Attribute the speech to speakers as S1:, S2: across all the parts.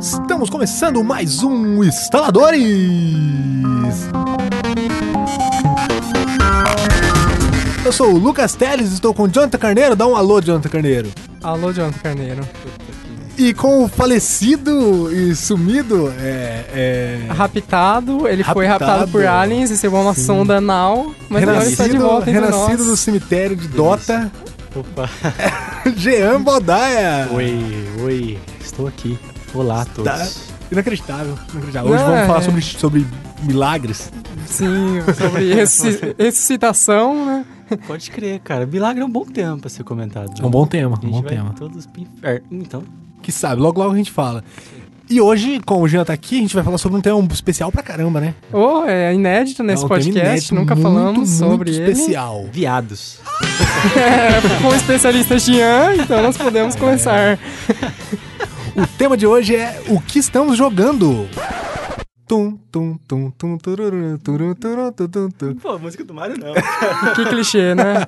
S1: Estamos começando mais um Instaladores! Eu sou o Lucas Teles, estou com o Jonathan Carneiro. Dá um alô, Jonathan Carneiro.
S2: Alô, Jonathan Carneiro.
S1: E com o falecido e sumido, é. é
S2: Ah, Raptado, ele foi
S1: Raptado.
S2: raptado por aliens, recebeu uma sonda anal, mas agora ele está de
S1: renascido,
S2: volta entre
S1: renascido do
S2: nós.
S1: cemitério de Dota,
S3: Opa,
S1: Jean Bodaia.
S3: oi, oi, estou aqui. Olá a todos.
S1: Tá. Inacreditável, inacreditável. Hoje
S2: Não,
S1: vamos falar
S2: é.
S1: sobre, sobre milagres.
S2: Sim, sobre ressusci- ressuscitação, né?
S3: Pode crer, cara. Milagre é um bom tema pra ser comentado. né?
S1: É um tema,
S3: A gente vai todos pro inferno. Então,
S1: Que sabe, logo logo a gente fala. E hoje, como o Jean tá aqui, a gente vai falar sobre um tema especial pra caramba, né?
S2: Oh, é inédito
S1: É
S2: nesse
S1: um tema
S2: podcast,
S1: inédito,
S2: nunca
S1: muito,
S2: falamos
S1: muito
S2: sobre ele.
S1: especial.
S3: viados.
S2: É, com o especialista Jean, então nós podemos começar.
S1: É. O tema de hoje é o que estamos jogando. Tum, tum, tum, tum, tururu, turu, turu, tu, tum, tu.
S3: Pô, música do Mario não.
S2: Que clichê, né?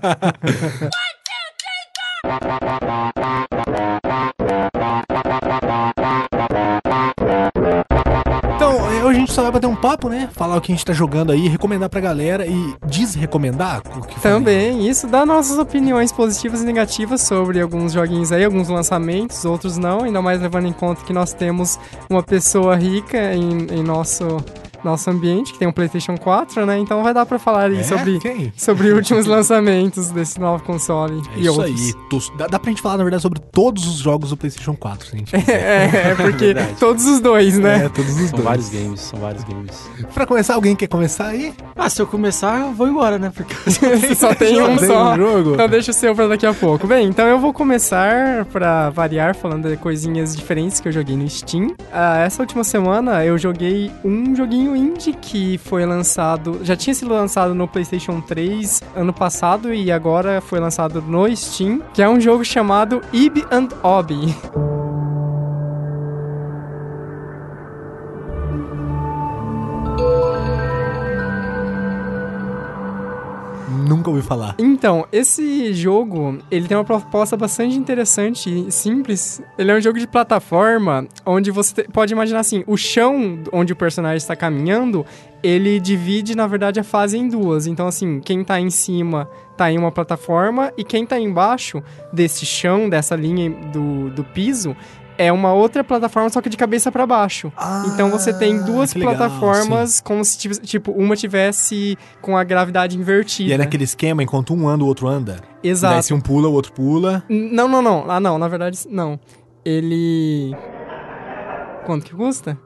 S1: Então, é, hoje a gente só vai bater um papo, né? Falar o que a gente tá jogando aí, recomendar pra galera e desrecomendar. o que foi.
S2: Também, isso dá nossas opiniões positivas e negativas sobre alguns joguinhos aí, alguns lançamentos, outros não, ainda mais levando em conta que nós temos uma pessoa rica em, em nosso, nosso ambiente, que tem um PlayStation 4, né? Então vai dar pra falar aí
S1: É?
S2: sobre,
S1: Quem?
S2: sobre últimos lançamentos desse novo console
S1: É
S2: e
S1: isso
S2: outros.
S1: aí. Tos- Dá, dá pra gente falar, na verdade, sobre todos os jogos do PlayStation 4, se a gente. quiser.
S2: É, é, porque
S3: Verdade.
S2: todos os dois, né?
S1: É, todos os
S3: São
S1: dois.
S3: vários games, são vários games.
S1: Pra começar, alguém quer começar aí?
S3: Ah, se eu começar, eu vou embora, né? Porque eu só tenho-
S2: Só tem um
S1: Tem
S2: só.
S1: um jogo?
S2: Então deixa o seu pra daqui a pouco. Bem, então eu vou começar pra variar falando de coisinhas diferentes que eu joguei no Steam. Ah, essa última semana eu joguei um joguinho indie que foi lançado, já tinha sido lançado no PlayStation 3 ano passado e agora foi lançado no Steam, que é um jogo chamado Ib and Obi.
S1: Nunca ouvi falar.
S2: Então, esse jogo, ele tem uma proposta bastante interessante e simples. Ele é um jogo de plataforma onde você te- pode imaginar assim, o chão onde o personagem está caminhando, ele divide, na verdade, a fase em duas. Então, assim, quem tá em cima tá em uma plataforma e quem tá embaixo desse chão, dessa linha do, do piso, é uma outra plataforma, só que de cabeça para baixo. Então você tem duas
S1: Ah, que legal,
S2: plataformas como se tivesse, tipo, uma tivesse com a gravidade
S1: sim.
S2: invertida.
S1: E é naquele esquema, enquanto um anda, o outro anda. Daí
S2: Exato.
S1: se um pula, o outro pula.
S2: N- Não, não, não. Ah, não, na verdade, não. Ele. Quanto que custa?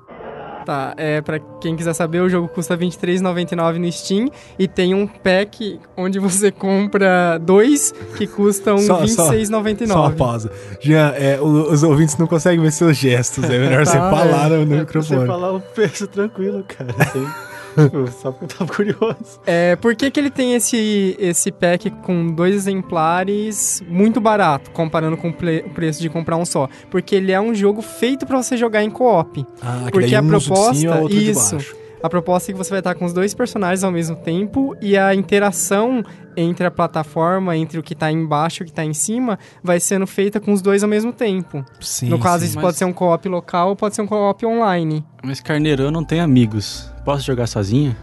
S2: Tá, é pra quem quiser saber, o jogo custa R$23,99 no Steam e tem um pack onde você compra dois que custam
S1: Só- só- Só uma
S2: R$26,99.
S1: pausa. Jean, é, o- os ouvintes não conseguem ver seus gestos. É melhor você
S2: Tá,
S1: falar no, no
S3: É pra você
S1: microfone. Ah,
S3: falar o preço tranquilo, cara. Tem- Tipo, Só porque eu tava curioso.
S2: É, por que, que ele tem esse, esse pack com dois exemplares muito barato, comparando com o ple- o preço de comprar um só? Porque ele é um jogo feito pra você jogar em co-op.
S1: Ah, que
S2: Porque
S1: daí
S2: a
S1: um usa o de
S2: proposta-
S1: cima, o outro de
S2: isso.
S1: baixo.
S2: A proposta é que você vai estar com os dois personagens ao mesmo tempo e a interação entre a plataforma, entre o que tá embaixo e o que tá em cima, vai sendo feita com os dois ao mesmo tempo.
S1: Sim,
S2: no caso,
S1: sim.
S2: isso
S3: mas-
S2: pode ser um co-op local ou pode ser um co-op online.
S3: Mas, Carneiro, eu não tenho amigos. Posso jogar sozinho?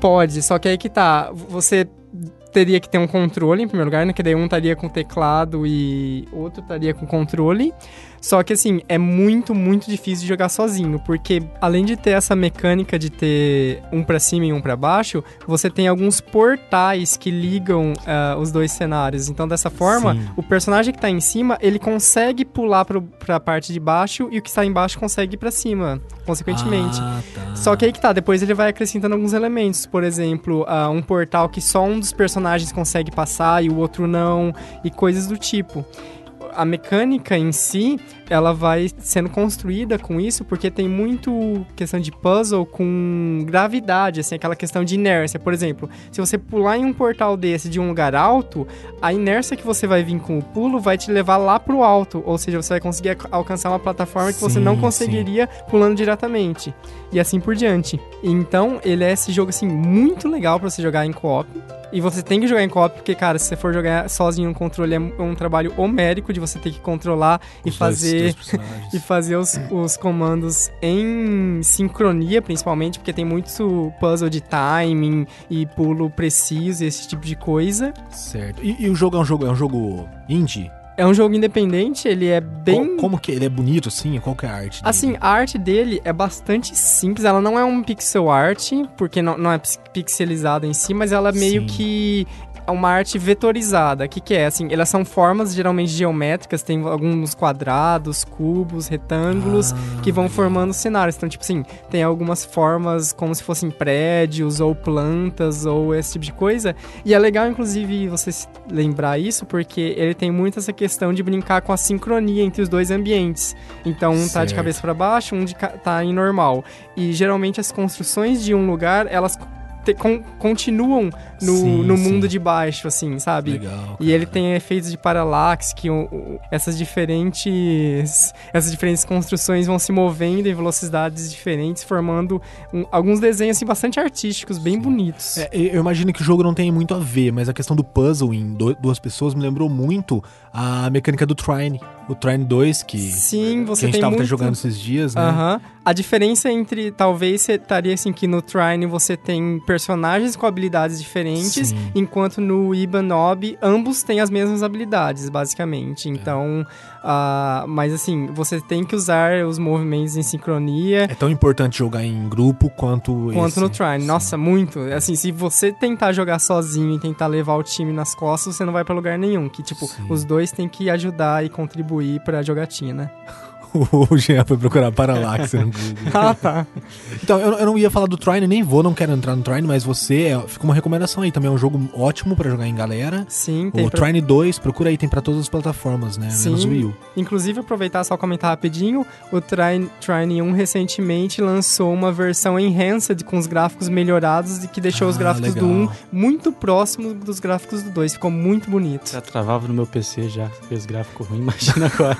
S2: Pode, só que aí que tá. Você teria que ter um controle em primeiro lugar, né? Que daí um estaria com teclado e outro estaria com controle. Só que assim, é muito, muito difícil de jogar sozinho, porque além de ter essa mecânica de ter um pra cima e um pra baixo, você tem alguns portais que ligam ah, os dois cenários. Então, dessa forma,
S3: Sim.
S2: o personagem que tá em cima, ele consegue pular pro, pra parte de baixo e o que está embaixo consegue ir pra cima, consequentemente.
S1: Ah, tá.
S2: Só que aí que tá, depois ele vai acrescentando alguns elementos. Por exemplo, ah, um portal que só um dos personagens consegue passar e o outro não, e coisas do tipo. A mecânica em si, ela vai sendo construída com isso, porque tem muito questão de puzzle com gravidade, assim, aquela questão de inércia. Por exemplo, se você pular em um portal desse de um lugar alto, a inércia que você vai vir com o pulo vai te levar lá pro alto, ou seja, você vai conseguir ac- alcançar uma plataforma que você
S1: Sim,
S2: não
S1: sim.
S2: conseguiria pulando diretamente e assim por diante. Então, ele é esse jogo assim muito legal pra você jogar em co-op. E você tem que jogar em co-op, porque, cara, se você for jogar sozinho no controle, é um é um trabalho homérico de você ter que controlar e
S1: Os dois-
S2: fazer
S1: dois personagens.
S2: e fazer os, os comandos em sincronia, principalmente, porque tem muito puzzle de timing e pulo preciso e esse tipo de coisa.
S1: Certo. E, e o jogo é um jogo, é um jogo indie?
S2: É um jogo independente, ele é bem.
S1: Co- como que ele é bonito assim? Qual que é a arte? dele?
S2: Assim, a arte dele é bastante simples, ela não é um pixel art, porque não, não é pix- pixelizada em si, mas ela é meio
S1: Sim.
S2: que é uma arte vetorizada. O que, que é? Assim, elas são formas geralmente geométricas, tem alguns quadrados, cubos, retângulos.
S1: Ah,
S2: que vão
S1: legal.
S2: formando cenários. Então, tipo assim, tem algumas formas como se fossem prédios ou plantas ou esse tipo de coisa. E é legal, inclusive, você se lembrar isso, porque ele tem muito essa questão de brincar com a sincronia entre os dois ambientes. Então, um tá de
S1: Certo.
S2: cabeça para baixo, um de ca- tá em normal. E geralmente as construções de um lugar, elas te- con- continuam no,
S1: Sim,
S2: no
S1: sim.
S2: mundo de baixo, assim, sabe?
S1: Legal.
S2: E ele tem efeitos de paralaxe, que o- o- essas diferentes. Essas diferentes construções vão se movendo em velocidades diferentes, formando um- alguns desenhos assim, bastante artísticos, bem bonitos.
S1: É, e- eu imagino que o jogo não tem muito a ver, mas a questão do puzzle em do- duas pessoas me lembrou muito a mecânica do Trine. O Trine 2, que,
S2: Sim,
S1: que
S2: você
S1: a gente
S2: tem
S1: tava
S2: muito...
S1: até jogando esses dias, né?
S2: Aham. A diferença entre, talvez, você estaria assim, que no Trine você tem personagens com habilidades diferentes,
S1: Sim.
S2: enquanto no Ibanob ambos têm as mesmas habilidades,
S1: É.
S2: basicamente. Então, ah, mas assim, você tem que usar os movimentos em sincronia,
S1: É tão importante jogar em grupo quanto,
S2: Quanto
S1: esse.
S2: no Trine.
S1: Sim.
S2: Nossa, muito. Assim, se você tentar jogar sozinho e tentar levar o time nas costas, você não vai pra lugar nenhum. Que, tipo,
S1: Sim.
S2: os dois têm que ajudar e contribuir pra né? jogatina.
S1: o Jean foi procurar Paralaxe no Google.
S2: ah, tá.
S1: Então, eu, eu não ia falar do Trine, nem vou, não quero entrar no Trine, mas você, é, fica uma recomendação aí também. É um jogo ótimo pra jogar em galera.
S2: Sim, tem
S1: O
S2: pra...
S1: Trine 2, procura aí, tem pra todas as plataformas, né? Menos
S2: Sim.
S1: o Wii U.
S2: Inclusive, aproveitar só comentar rapidinho, o Trine, Trine 1 recentemente lançou uma versão enhanced com os gráficos melhorados e que deixou os
S1: Ah,
S2: gráficos do
S1: legal.
S2: 1 muito próximos dos gráficos do 2. Ficou muito bonito.
S3: Já travava no meu PC já, fez gráfico ruim, imagina agora.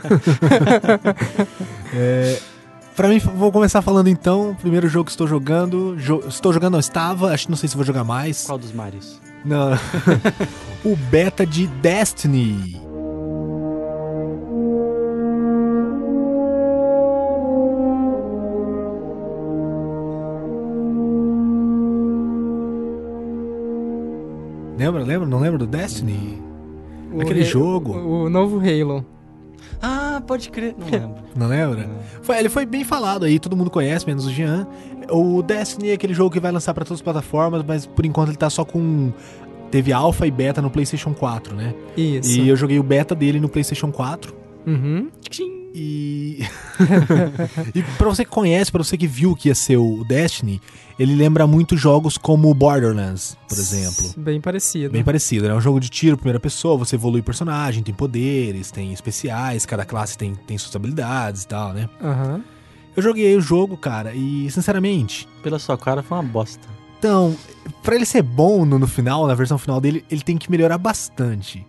S1: É, pra mim, vou começar falando então. Primeiro jogo que estou jogando. jo- estou jogando, não, estava. Acho que não sei se vou jogar mais.
S3: Qual dos mares?
S1: Não. o beta de Destiny. Lembra, lembra? Não lembra do Destiny?
S2: O
S1: É Aquele
S2: Halo-
S1: jogo.
S2: O novo Halo.
S3: Ah, pode crer. Não lembro.
S1: Não lembra? Foi- ele foi bem falado aí, todo mundo conhece, menos o Jean. O Destiny é aquele jogo que vai lançar pra todas as plataformas, mas por enquanto ele tá só com. Teve alpha e beta no PlayStation 4, né?
S2: Isso.
S1: E eu joguei o beta dele no PlayStation 4.
S2: Uhum.
S1: E. e pra você que conhece, pra você que viu que ia ser o Destiny, ele lembra muito jogos como Borderlands, por exemplo.
S2: Bem parecido.
S1: Bem parecido, né? É um jogo de tiro, primeira pessoa, você evolui o personagem, tem poderes, tem especiais, cada classe tem, tem suas habilidades e tal, né?
S2: Aham.
S1: Eu joguei o jogo, cara, e sinceramente,
S3: Pela sua cara foi uma bosta.
S1: então, pra ele ser bom no, no final, na versão final dele, ele tem que melhorar bastante.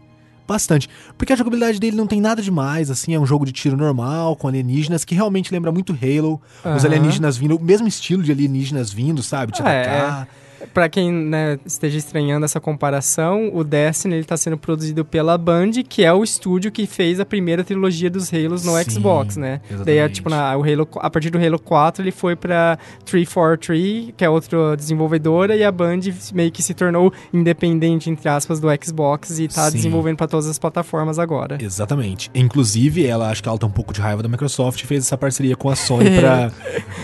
S1: Bastante. Porque a jogabilidade dele não tem nada demais, assim, é um jogo de tiro normal, com alienígenas, que realmente lembra muito Halo. Os
S2: Aham.
S1: alienígenas vindo, o mesmo estilo de alienígenas vindo, sabe? Te
S2: Ah, é.
S1: atacar.
S2: Pra quem né, esteja estranhando essa comparação, o Destiny ele tá sendo produzido pela Band, que é o estúdio que fez a primeira trilogia dos Halos no
S1: Sim,
S2: Xbox, né? Daí, é,
S1: exatamente.
S2: tipo, na, o Halo, a partir do Halo 4, ele foi pra 343, que é outra desenvolvedora, e a Band meio que se tornou independente, entre aspas, do Xbox e tá
S1: Sim.
S2: desenvolvendo pra todas as plataformas agora.
S1: Exatamente. Inclusive, ela acho que ela tá um pouco de raiva da Microsoft e fez essa parceria com a Sony pra,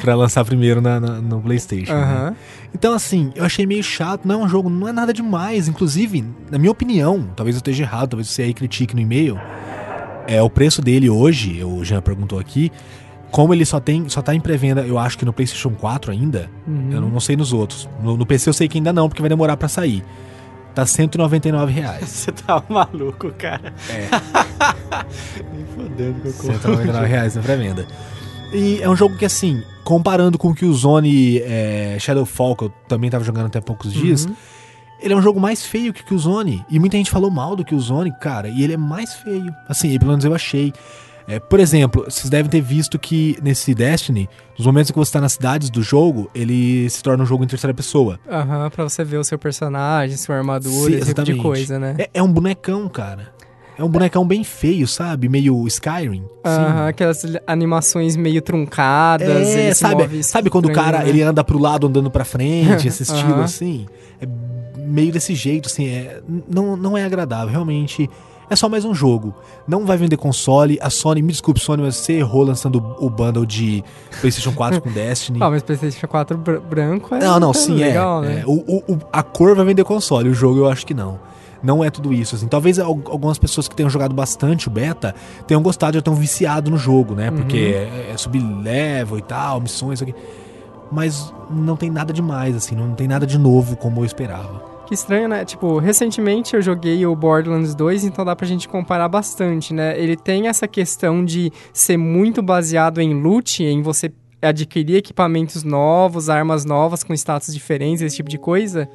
S1: pra lançar primeiro na, na- no PlayStation. né?
S2: Aham.
S1: Então, assim, eu achei meio chato. Não é um jogo, não é nada demais. Inclusive, na minha opinião, talvez eu esteja errado, talvez você aí critique no e-mail. É o preço dele hoje, o Jean perguntou aqui. Como ele só tem, só tá em pré-venda, eu acho que no PlayStation 4 ainda.
S2: Uhum.
S1: Eu não, não sei nos outros. No, no PC eu sei que ainda não, porque vai demorar pra sair. Tá R$ 199 reais.
S3: Você tá maluco, cara. É. Nem fodendo que eu
S1: R$
S3: compro.
S1: 199 tá reais na pré-venda. E é um jogo que, assim, comparando com o que o Zone é, Shadowfall, que eu também tava jogando até há poucos dias,
S2: Uhum.
S1: ele é um jogo mais feio que o Zone. E muita gente falou mal do que o Zone, cara, e ele é mais feio. Assim, pelo menos eu achei. É, por exemplo, vocês devem ter visto que nesse Destiny, nos momentos em que você está nas cidades do jogo, ele se torna um jogo em terceira pessoa.
S2: Aham, pra você ver o seu personagem, sua armadura,
S1: Sim,
S2: esse tipo de
S1: exatamente.
S2: coisa, né?
S1: É, é um bonecão, cara. É um bonecão bem feio, sabe? Meio Skyrim.
S2: Aham, aquelas animações meio truncadas,
S1: É,
S2: ele se
S1: sabe,
S2: move
S1: sabe quando o
S2: estranho,
S1: cara
S2: né?
S1: ele anda pro lado andando pra frente, esse estilo
S2: Aham.
S1: assim? É meio desse jeito, assim, é, n- não, não é agradável, realmente. É só mais um jogo. Não vai vender console. A Sony, me desculpe, Sony, mas você errou lançando o bundle de PlayStation 4 com Destiny.
S2: Ah, mas PlayStation 4 br- branco é
S1: Não, não,
S2: é
S1: sim,
S2: legal,
S1: é.
S2: né?
S1: é. O, o- o- a cor vai vender console, o jogo eu acho que não. Não é tudo isso, assim. Talvez al- algumas pessoas que tenham jogado bastante o beta tenham gostado, já tenham viciado no jogo, né? Porque
S2: Uhum.
S1: é, é subir level e tal, missões, isso aqui. Mas não tem nada demais, assim, não tem nada de novo como eu esperava.
S2: Que estranho, né? Tipo, recentemente eu joguei o Borderlands 2, então dá pra gente comparar bastante, né? Ele tem essa questão de ser muito baseado em loot, em você adquirir equipamentos novos, armas novas com status diferentes, esse tipo de coisa.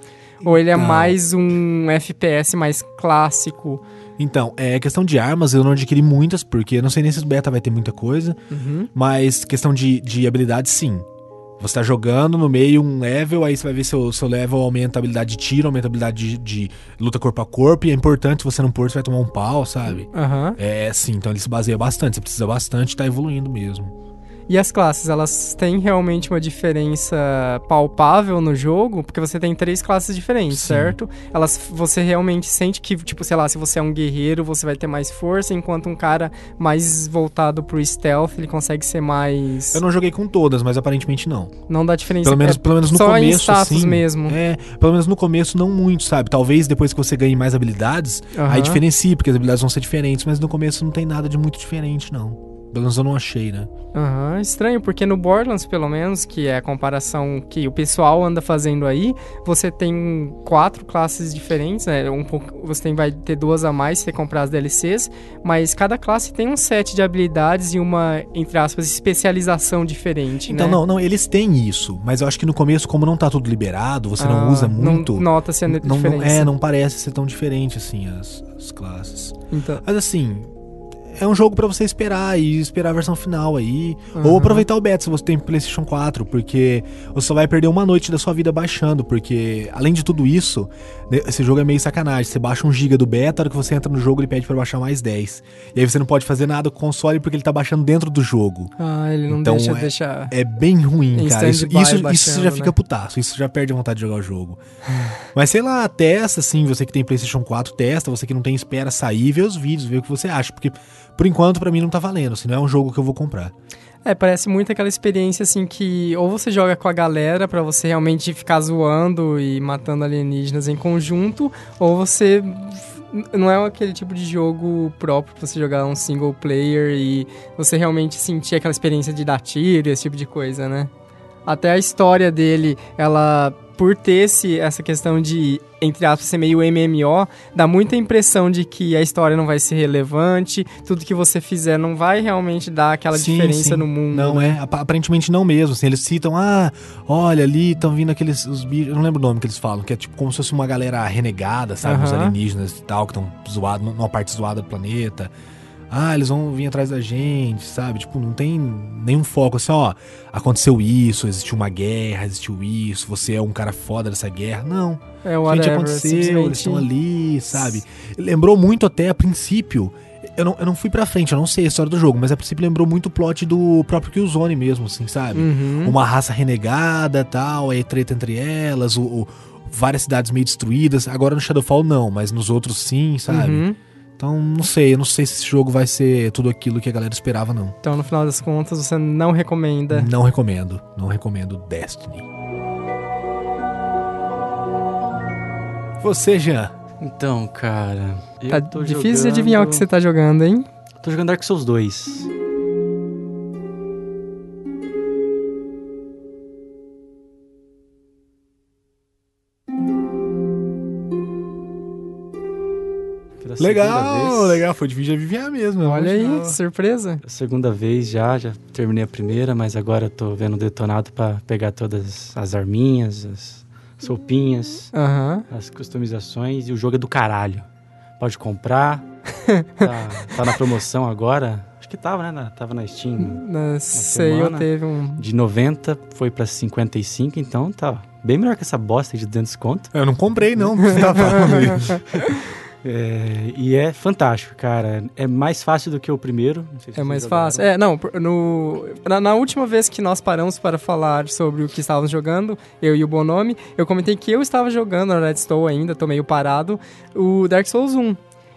S2: Ou ele é
S1: Então.
S2: mais um FPS mais clássico?
S1: Então, é questão de armas, eu não adquiri muitas, porque eu não sei nem se o beta vai ter muita coisa.
S2: Uhum.
S1: Mas questão de, de habilidade, sim. Você tá jogando no meio um level, aí você vai ver seu, seu level aumenta a habilidade de tiro, aumenta a habilidade de, de luta corpo a corpo, e é importante se você não pôr, você vai tomar um pau, sabe?
S2: Aham.
S1: É, sim, então ele se baseia bastante, você precisa bastante, tá evoluindo mesmo.
S2: E as classes, elas têm realmente uma diferença palpável no jogo? Porque você tem três classes diferentes,
S1: Sim.
S2: certo? Elas, você realmente sente que, tipo, sei lá, se você é um guerreiro, você vai ter mais força, enquanto um cara mais voltado pro stealth, ele consegue ser mais...
S1: Eu
S2: Não...
S1: não joguei com todas, mas aparentemente não.
S2: dá diferença.
S1: Pelo menos,
S2: é
S1: pelo menos no
S2: só em
S1: começo,
S2: status
S1: assim.
S2: mesmo.
S1: É, pelo menos no começo não muito, sabe? Talvez depois que você ganhe mais habilidades, aí
S2: Aham.
S1: diferencie, porque as habilidades vão ser diferentes, mas no começo não tem nada de muito diferente, não. Pelo menos eu não achei, né?
S2: Aham, estranho, porque no Borderlands, pelo menos, que é a comparação que o pessoal anda fazendo aí, você tem quatro classes diferentes, né? Um pouco, você tem, vai ter duas a mais se você comprar as DLCs, mas cada classe tem um set de habilidades e uma, entre aspas, especialização diferente,
S1: Então,
S2: né?
S1: não, não, eles têm isso, mas eu acho que no começo, como não tá tudo liberado, você não
S2: Ah,
S1: usa muito.
S2: Não nota se a
S1: não- não-
S2: diferença.
S1: é, não parece ser tão diferente assim as, as classes.
S2: Então,
S1: Mas assim, é um jogo pra você esperar e esperar a versão final aí. Ou
S2: Aham.
S1: aproveitar o beta se você tem PlayStation 4, porque você só vai perder uma noite da sua vida baixando, porque além de tudo isso, né, esse jogo é meio sacanagem. Você baixa um giga do beta, a hora que você entra no jogo ele pede pra baixar mais 10. E aí você não pode fazer nada com o console porque ele tá baixando dentro do jogo.
S2: ah, ele não
S1: Então,
S2: deixa
S1: é-
S2: deixar...
S1: É bem ruim,
S2: Em
S1: cara. Isso,
S2: stand-by
S1: isso, isso
S2: baixando,
S1: já fica
S2: né?
S1: putaço, isso já perde a vontade de jogar o jogo. Mas sei lá, testa assim, você que tem PlayStation 4, testa, você que não tem, espera sair, vê os vídeos, vê o que você acha, porque por enquanto pra mim não tá valendo, se não é um jogo que eu vou comprar.
S2: É, parece muito aquela experiência assim que ou você joga com a galera pra você realmente ficar zoando e matando alienígenas em conjunto, ou você n- não é aquele tipo de jogo próprio pra você jogar um single player e você realmente sentir aquela experiência de dar tiro, e esse tipo de coisa, né? Até a história dele, ela por ter esse, essa questão de entre aspas ser meio MMO, dá muita impressão de que a história não vai ser relevante, tudo que você fizer não vai realmente dar aquela
S1: Sim,
S2: diferença
S1: sim.
S2: no mundo. né?
S1: Não é, apa- aparentemente não mesmo, assim, eles citam, ah, olha ali, estão vindo aqueles os bichos, eu não lembro o nome que eles falam, que é tipo como se fosse uma galera renegada, sabe, os
S2: Aham.
S1: alienígenas e tal, que estão zoados, numa parte zoada do planeta. Ah, eles vão vir atrás da gente, sabe? Tipo, não tem nenhum foco assim, ó, aconteceu isso, existiu uma guerra, existiu isso, você é um cara foda dessa guerra. Não.
S2: É
S1: O gente
S2: whatever,
S1: aconteceu,
S2: simplesmente-
S1: eles estão ali, sabe? Lembrou muito até a princípio. Eu não, eu não fui pra frente, eu não sei a história do jogo, mas a princípio lembrou muito o plot do próprio Killzone mesmo, assim, sabe?
S2: Uhum.
S1: Uma raça renegada tal, aí treta entre elas, o, o- várias cidades meio destruídas. Agora no Shadowfall não, mas nos outros sim, sabe?
S2: Uhum.
S1: Então não sei, eu não sei se esse jogo vai ser tudo aquilo que a galera esperava, não.
S2: Então, no final das contas, você não recomenda.
S1: Não recomendo, não recomendo Destiny. Você, Jean.
S3: Então, cara. eu
S2: Tá
S3: tô
S2: difícil de
S3: jogando-
S2: adivinhar o que você tá jogando, hein?
S3: Tô jogando Dark Souls 2. Pela segunda
S1: Legal,
S3: vez-
S1: legal, foi difícil de adivinhar mesmo. eu
S2: Olha aí,
S1: imaginava.
S2: surpresa.
S3: Segunda vez já, já terminei a primeira, mas agora eu tô vendo detonado pra pegar todas as arminhas, as roupinhas,
S2: Aham.
S3: as customizações e o jogo é do caralho. Pode comprar. tá, tá na promoção agora. Acho que tava, né? Na, tava na Steam.
S2: Na Sale
S3: semana.
S2: teve um.
S3: De 90 foi pra 55, então tá bem melhor que essa bosta aí de 200 conto.
S1: É, Eu não comprei, não. Você tá falando aí.
S3: É, e é fantástico, cara. É mais fácil do que o primeiro. Não sei se
S2: É
S3: vocês
S2: mais
S3: jogaram.
S2: fácil. É, não, por- no, na, na última vez que nós paramos para falar sobre o que estávamos jogando, eu e o Bonomi, eu comentei que eu estava jogando, na verdade estou ainda, tô meio parado, o Dark Souls 1.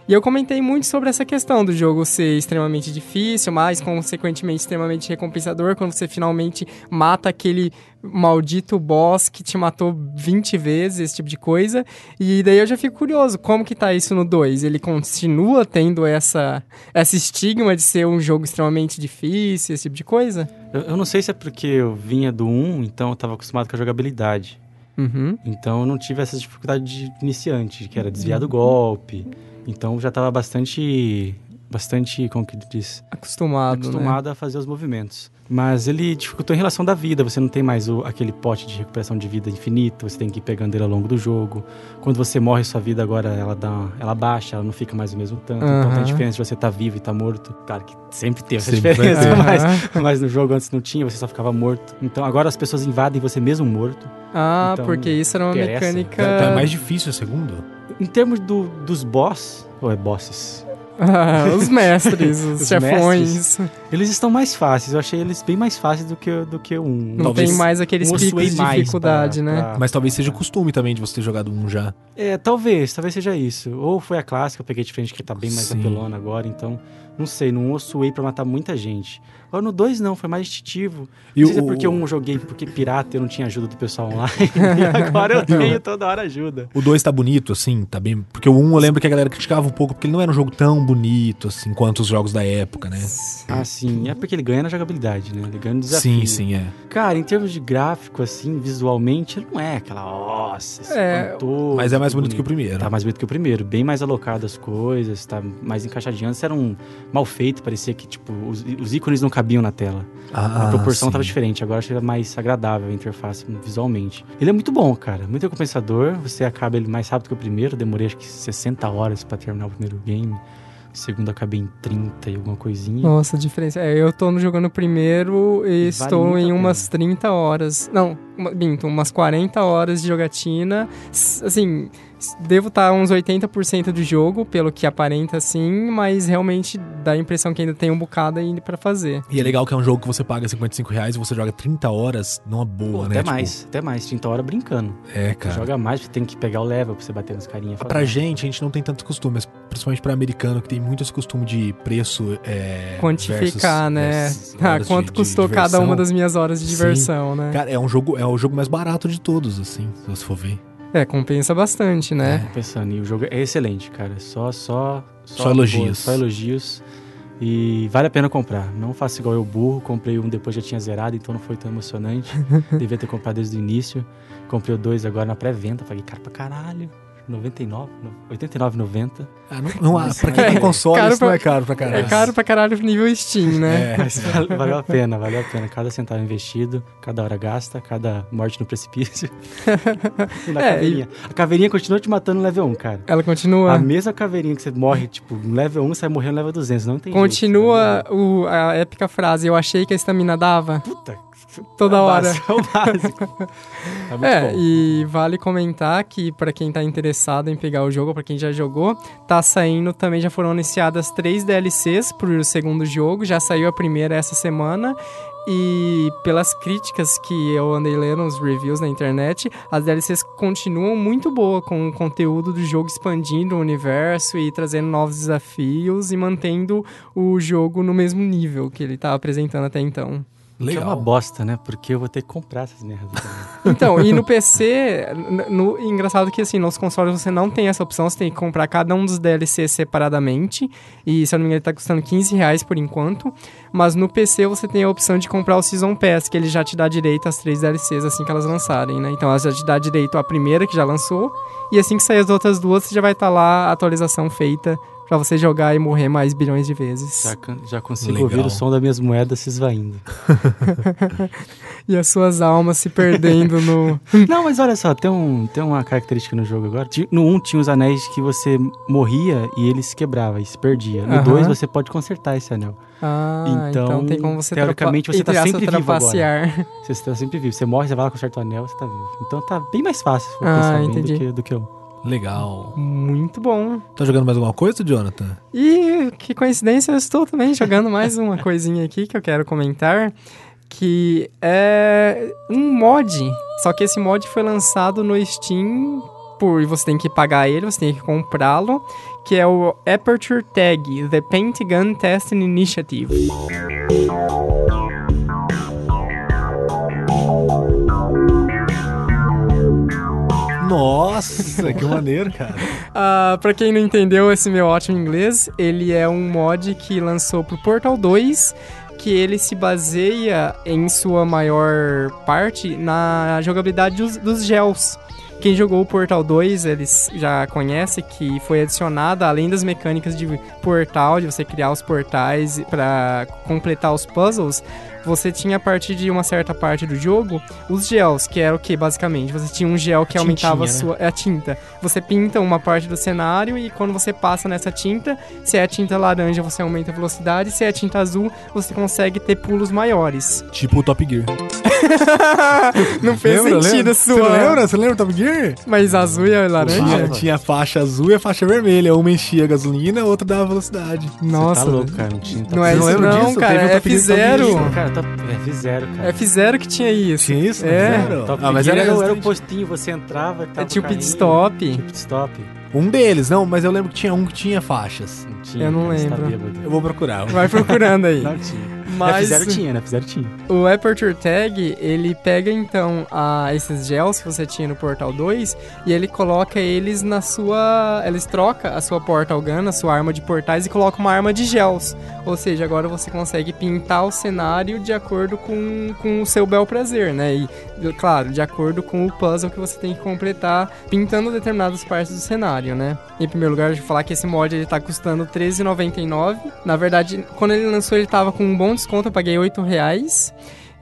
S2: E eu comentei muito sobre essa questão do jogo ser extremamente difícil, mas consequentemente extremamente recompensador quando você finalmente mata aquele maldito boss que te matou 20 vezes, esse tipo de coisa. E daí eu já fico curioso, como que tá isso no 2? Ele continua tendo essa É esse estigma de ser um jogo extremamente difícil, esse tipo de coisa?
S3: Eu, eu não sei se é porque eu vinha do 1, então eu tava acostumado com a jogabilidade.
S2: Uhum.
S3: Então eu não tive essa dificuldade de iniciante, que era desviar do
S2: Uhum.
S3: golpe. Então eu já tava bastante. Bastante, como que diz?
S2: Acostumado, né?
S3: Acostumado a fazer os movimentos. Mas ele dificultou em relação da vida. Você não tem mais o- aquele pote de recuperação de vida infinita. Você tem que ir pegando ele ao longo do jogo. Quando você morre, sua vida agora ela dá, uma- ela baixa, ela não fica mais o mesmo tanto. Então tem
S2: Aham.
S3: a diferença de você estar vivo e estar morto. Claro que sempre tem essa
S1: Sempre vai
S2: É.
S3: diferença,
S1: ter.
S3: mas,
S2: Aham.
S3: mas no jogo antes não tinha, você só ficava morto. Então agora as pessoas invadem você mesmo morto.
S2: Ah,
S3: Então,
S2: porque isso era uma
S3: interessa.
S2: mecânica...
S1: Tá, tá mais difícil o segundo?
S3: Em termos do, dos boss, ou é bosses,
S2: Ah, os mestres, os,
S3: Os
S2: chefões.
S3: eles estão mais fáceis. Eu achei eles bem mais fáceis do que, do que um.
S2: Não
S1: Talvez
S2: tem mais aqueles
S3: um
S2: picos
S3: Sway
S2: de
S3: mais
S2: dificuldade,
S3: pra-
S2: né?
S3: pra-
S1: Mas talvez seja o costume também de você ter jogado um já.
S3: É, talvez, talvez seja isso. Ou foi a clássica, eu peguei de frente, que tá bem mais
S1: Sim.
S3: apelona agora, então. Não sei, não ossuei pra matar muita gente. Agora no 2 não, foi mais instintivo.
S1: E
S3: Não sei se é
S1: o-
S3: porque um eu joguei porque pirata eu não tinha ajuda do pessoal online. e agora eu tenho toda hora ajuda.
S1: O 2 tá bonito, assim, tá bem. Porque o 1 um, eu lembro que a galera criticava um pouco, porque ele não era um jogo tão bonito, assim, quanto os jogos da época, né?
S3: Ah, sim. É porque ele ganha na jogabilidade, né? Ele ganha no desafio.
S1: Sim, sim, é.
S3: Cara, em termos de gráfico, assim, visualmente, ele não é aquela nossa,
S2: É,
S3: espantoso.
S1: Mas é mais bonito que o primeiro.
S3: Tá mais bonito que o primeiro, bem mais alocado as coisas, tá mais encaixadinho. Antes era um mal feito, parecia que, tipo, os, os ícones não cabiam na tela.
S1: Ah,
S3: a proporção
S1: sim.
S3: tava diferente, agora achei mais agradável a interface visualmente. Ele é muito bom, cara, muito recompensador, você acaba ele mais rápido que o primeiro, eu demorei acho que 60 horas pra terminar o primeiro game. O segundo eu acabei em 30 e alguma coisinha.
S2: Nossa, a diferença. É, eu tô no- jogando primeiro e
S3: Vale
S2: estou
S3: muito a
S2: em
S3: pena.
S2: umas 30 horas. Não, uma- minto, umas 40 horas de jogatina. S- Assim, s- devo estar uns 80% do jogo, pelo que aparenta assim, mas realmente dá a impressão que ainda tem um bocado ainda pra fazer.
S1: E é legal que é um jogo que você paga 55 reais e você joga 30 horas numa boa,
S3: Pô,
S1: né?
S3: até
S1: Tipo,
S3: mais, até mais, 30 horas brincando.
S1: É, cara.
S3: Joga mais, você tem que pegar o level pra você bater nos carinhas.
S1: Pra gente, a gente não tem tantos costumes, principalmente pra americano, que tem muitos costumes de preço. É,
S2: Quantificar,
S1: versus-
S2: né?
S1: versus
S2: Ah,
S1: horas de-
S2: quanto
S1: de
S2: custou cada
S1: diversão.
S2: uma das minhas horas de
S1: Sim.
S2: diversão, né?
S1: Cara, é um jogo, é o jogo mais barato de todos, assim, se você for ver.
S2: É, compensa bastante, né?
S3: Pensando, e o jogo é excelente, cara. Só, só,
S1: Só elogios.
S3: boas, só elogios. E vale a pena comprar. Não faço igual eu burro, comprei um depois já tinha zerado, então não foi tão emocionante. Devia ter comprado desde o início. Comprei o dois agora na pré-venda, paguei caro pra caralho. 99, no- 89,90.
S1: Ah, não, não há-
S3: Mas-
S1: pra quem tem
S3: É,
S1: console,
S2: caro
S1: isso não
S2: pra-
S1: é caro pra caralho.
S2: É caro pra caralho pro nível Steam, né?
S1: É.
S3: Mas val- valeu a pena, valeu a pena. Cada centavo investido, cada hora gasta, cada morte no precipício. E na
S2: É, e-
S3: caveirinha. A caveirinha continua te matando no level 1, cara.
S2: Ela continua. né?
S3: A mesma caveirinha que você morre, tipo, no level 1, você vai morrer no level 200. Não tem jeito,
S2: Continua o- a épica frase, eu achei que a estamina dava.
S3: né? Puta,
S2: Toda
S3: é o
S2: hora.
S3: básico, É o básico. Tá muito
S2: É,
S3: bom.
S2: e vale comentar que pra quem tá interessado em pegar o jogo, pra quem já jogou, tá saindo também, já foram anunciadas três DLCs pro segundo jogo, já saiu a primeira essa semana. E pelas críticas que eu andei lendo, os reviews na internet, as DLCs continuam muito boa com o conteúdo do jogo expandindo o universo e trazendo novos desafios e mantendo o jogo no mesmo nível que ele tá apresentando até então.
S3: Que é
S1: Legal.
S3: uma bosta, né? Porque eu vou ter que comprar essas merdas. também.
S2: Então, e no PC, n- no, engraçado que assim, nos consoles você não tem essa opção, você tem que comprar cada um dos DLCs separadamente. E se eu não me engano, ele tá custando 15 reais por enquanto. Mas no PC você tem a opção de comprar o Season Pass, que ele já te dá direito às três DLCs assim que elas lançarem, né? Então ela já te dá direito à primeira que já lançou. E assim que sair as outras duas, você já vai estar lá a tá atualização feita pra você jogar e morrer mais bilhões de vezes.
S3: Já, can- já consigo
S1: Legal.
S3: ouvir o som das minhas moedas se esvaindo.
S2: E as suas almas se perdendo no.
S3: Não, mas olha só, tem, um, tem uma característica no jogo agora. Ti- No 1 um, tinha os anéis que você morria e ele se quebrava e se perdia. No
S2: Aham.
S3: 2 você pode consertar esse anel.
S2: Ah, então,
S3: Então,
S2: tem como você
S3: teoricamente,
S2: trapa-
S3: você tá
S2: entre aspas,
S3: sempre vivo agora.
S2: trapacear.
S3: Você está sempre vivo. Você morre, você vai lá, conserta o anel, você tá vivo. Então tá bem mais fácil, se for
S2: Ah,
S3: pensar bem, do
S2: entendi.
S3: que, do que eu.
S1: É, Legal.
S2: Muito bom.
S1: Tá jogando mais alguma coisa, Jonathan?
S2: E que coincidência, eu estou também jogando mais uma coisinha aqui que eu quero comentar, que é um mod. Só que esse mod foi lançado no Steam por você tem que pagar ele, você tem que comprá-lo, que é o Aperture Tag, The Pentagon Testing Initiative.
S1: Nossa, que maneiro, cara.
S2: Ah, pra quem não entendeu esse meu ótimo inglês, ele é um mod que lançou pro Portal 2, que ele se baseia em sua maior parte na jogabilidade dos, dos gels. Quem jogou o Portal 2, eles já conhece que foi adicionada, além das mecânicas de portal, de você criar os portais para completar os puzzles, você tinha a partir de uma certa parte do jogo os gels, que era o que basicamente? Você tinha um gel que
S3: A
S2: aumentava a
S3: tintinha, né?
S2: sua. é A tinta. Você pinta uma parte do cenário e quando você passa nessa tinta, se é a tinta laranja, você aumenta a velocidade, se é a tinta azul, você consegue ter pulos maiores.
S1: Tipo o Top Gear.
S2: não fez
S1: Lembra,
S2: sentido
S1: lembra?
S2: a
S1: Você
S2: sua.
S1: não lembra? Você lembra o Top Gear?
S2: Mas azul e laranja?
S1: Tinha, tinha a faixa azul e a faixa vermelha. Uma enchia a gasolina, a outra dava velocidade.
S2: Nossa.
S3: você tá louco, cara. Não, tinha, tá
S2: Não é
S1: Eu
S2: isso
S1: lembro
S2: não,
S1: disso,
S2: cara.
S1: teve um
S2: É
S1: Top Gear
S2: F0.
S1: Top
S3: Cara, tá... é zero, cara.
S2: F0 que tinha isso.
S1: Tinha isso?
S2: É.
S1: Zero?
S3: Top
S1: Ah, mas
S3: Gear
S1: era,
S3: era, era o postinho, você entrava...
S2: É
S3: tava
S2: tipo
S3: caindo.
S2: pit stop.
S3: Tipo stop.
S1: um deles, não, mas eu lembro que tinha um que tinha faixas.
S3: Não tinha,
S2: Eu não
S3: cara, você tá
S2: lembro.
S3: bêbado.
S1: Eu vou procurar.
S2: Vai procurando aí.
S3: Não tinha.
S2: Mas
S3: F0 tinha, né? F0 tinha.
S2: o Aperture Tag, ele pega então a, esses gels que você tinha no Portal 2 e ele coloca eles na sua. Eles troca a sua Portal Gun, a sua arma de portais, e coloca uma arma de gels. Ou seja, agora você consegue pintar o cenário de acordo com, com o seu bel prazer, né? E, claro, de acordo com o puzzle que você tem que completar pintando determinadas partes do cenário, né? Em primeiro lugar, eu vou falar que esse mod ele tá custando R$13,99. Na verdade, quando ele lançou, ele tava com um bom desconto, eu paguei R$8,00. reais.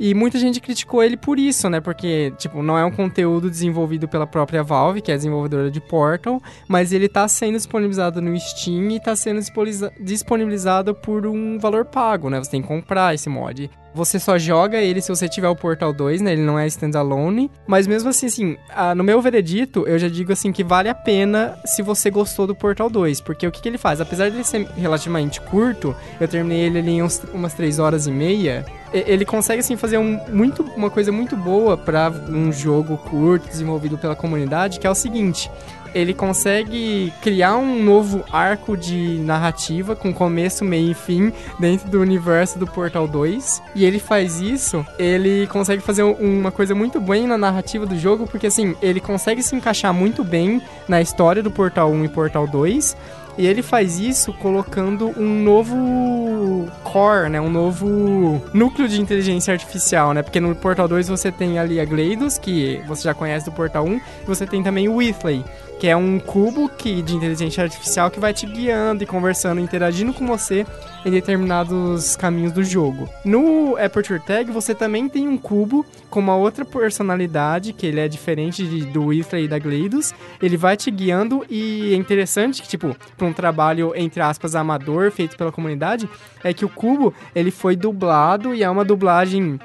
S2: E muita gente criticou ele por isso, né? Porque, tipo, não é um conteúdo desenvolvido pela própria Valve, que é a desenvolvedora de Portal, mas ele tá sendo disponibilizado no Steam e tá sendo disponibiliza- disponibilizado por um valor pago, né? Você tem que comprar esse mod. Você só joga ele se você tiver o Portal 2, né? Ele não é standalone. Mas mesmo assim, assim, ah, no meu veredito, eu já digo assim que vale a pena se você gostou do Portal 2. Porque o que, que ele faz? Apesar dele ser relativamente curto, eu terminei ele ali em uns- umas 3 horas e meia. e- Ele consegue, assim, fazer um- muito, uma coisa muito boa pra um jogo curto, desenvolvido pela comunidade, que é o seguinte. Ele consegue criar um novo arco de narrativa com começo, meio e fim dentro do universo do Portal 2. E ele faz isso, ele consegue fazer um- uma coisa muito bem na narrativa do jogo, porque assim, ele consegue se encaixar muito bem na história do Portal 1 e Portal 2. E ele faz isso colocando um novo core, né? Um novo núcleo de inteligência artificial, né? Porque no Portal 2 você tem ali a Gleidos, que você já conhece do Portal 1, e você tem também o Whitley, que é um cubo que, de inteligência artificial que vai te guiando e conversando, interagindo com você em determinados caminhos do jogo. No Aperture Tag, você também tem um cubo com uma outra personalidade, que ele é diferente de- do Whistler e da Gleidos. Ele vai te guiando e é interessante que, tipo, para um trabalho, entre aspas, amador, feito pela comunidade, é que o cubo, ele foi dublado e é uma dublagem...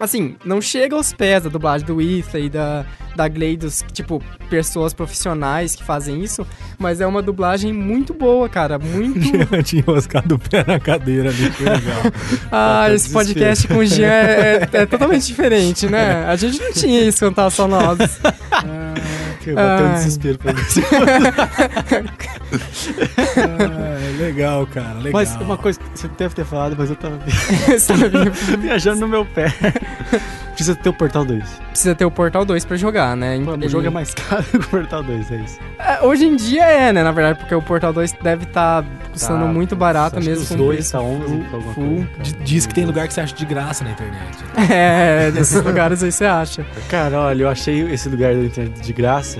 S2: Assim, não chega aos pés da dublagem do Whistler e da, da Gleidos, tipo, pessoas profissionais que fazem isso, mas é uma dublagem muito boa, cara, muito
S1: tinha enroscado o pé na cadeira ali, que legal.
S2: Ah,
S1: Até
S2: esse podcast com o Jean é, é- é totalmente diferente, né? A gente não tinha isso quando tava só nós.
S1: Eu bateu um
S2: Ah.
S1: desespero pra você. Ah, legal, cara, legal.
S3: Mas uma coisa que você deve ter falado, mas eu tava
S2: Sabe?
S3: viajando no meu pé. Precisa ter o Portal 2.
S2: Precisa ter o Portal 2 pra jogar, né?
S3: Pô,
S2: Ele-
S3: O jogo é mais caro que o Portal 2, é isso.
S2: É, Hoje em dia é, né? Na verdade, porque o Portal 2 deve estar custando
S3: Tá,
S2: muito barato
S3: acho que
S2: mesmo.
S3: os
S2: com
S3: dois
S2: preço
S3: tá 11
S2: full-
S3: pra alguma
S2: full.
S3: coisa.
S1: D- Diz que tem lugar que você acha de graça na internet.
S2: É, desses lugares aí você acha.
S3: Cara, olha, eu achei esse lugar da internet de graça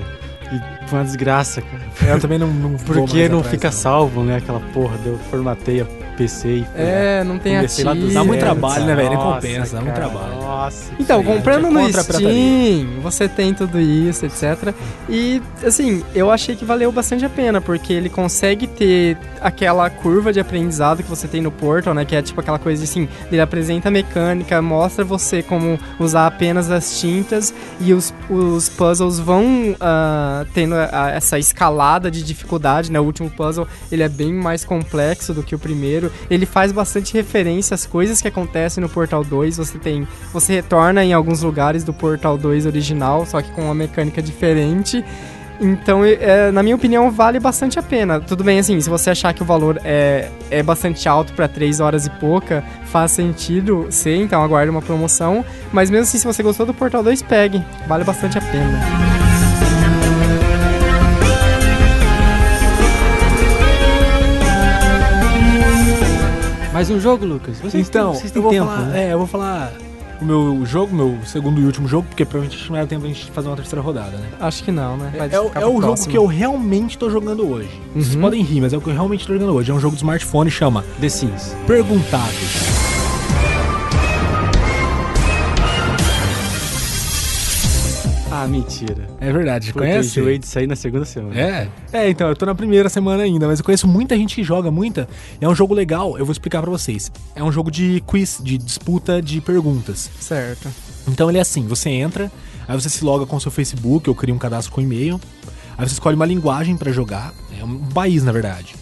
S3: E foi uma desgraça, cara.
S1: Eu também não, não vou
S3: Porque
S1: mais
S3: não
S1: atrás,
S3: fica salvo, né? aquela porra, eu formatei a PC e fui lá.
S2: É, não tem
S3: Comecei lá do
S2: ativo.
S1: Dá muito
S3: zero,
S1: trabalho, né, velho? Nem
S3: Nossa,
S1: compensa, dá muito
S3: cara,
S1: trabalho.
S3: Nossa. é
S2: Então,
S3: que merda.
S2: comprando no
S1: É contra a pirataria.
S2: Steam, você tem tudo isso, etc. E, assim, eu achei que valeu bastante a pena, porque ele consegue ter aquela curva de aprendizado que você tem no Portal, né? Que é tipo aquela coisa de, assim, ele apresenta a mecânica, mostra você como usar apenas as tintas e os, os puzzles vão ah, tendo a- essa escalada de dificuldade, né? O último puzzle, ele é bem mais complexo do que o primeiro. Ele faz bastante referência às coisas que acontecem no Portal 2. Você tem você retorna em alguns lugares do Portal 2 original, só que com uma mecânica diferente. Então, e- é, na minha opinião, vale bastante a pena. Tudo bem, assim, se você achar que o valor é, é bastante alto para 3 horas e pouca, faz sentido ser, então aguarde uma promoção. Mas mesmo assim, se você gostou do Portal 2, pegue. Vale bastante a pena.
S3: Mais um jogo, Lucas? Vocês
S1: Então,
S3: têm, vocês
S1: eu
S3: têm
S1: vou
S3: tempo,
S1: falar,
S3: né?
S1: é, eu vou falar o meu jogo, meu segundo e último jogo, porque provavelmente não era tempo pra gente fazer uma terceira rodada, né?
S2: Acho que não, né? Vai
S1: É, o-
S2: ficar
S1: é
S2: pro
S1: o jogo
S2: próximo.
S1: que eu realmente tô jogando hoje. Vocês
S2: Uhum.
S1: podem rir, mas é o que eu realmente tô jogando hoje. É um jogo de smartphone, chama
S3: The Sims.
S1: Perguntáveis.
S3: Ah, mentira.
S1: É verdade,
S3: Puta, Eu
S1: conhece?
S3: enjoei de sair na segunda semana.
S1: É. É, então, eu tô na primeira semana ainda, mas eu conheço muita gente que joga muita. É um jogo legal, eu vou explicar pra vocês. É um jogo de quiz, de disputa de perguntas.
S2: Certo.
S1: Então ele é assim, você entra, aí você se loga com o seu Facebook, eu crio um cadastro com e-mail, aí você escolhe uma linguagem pra jogar, é um país na verdade.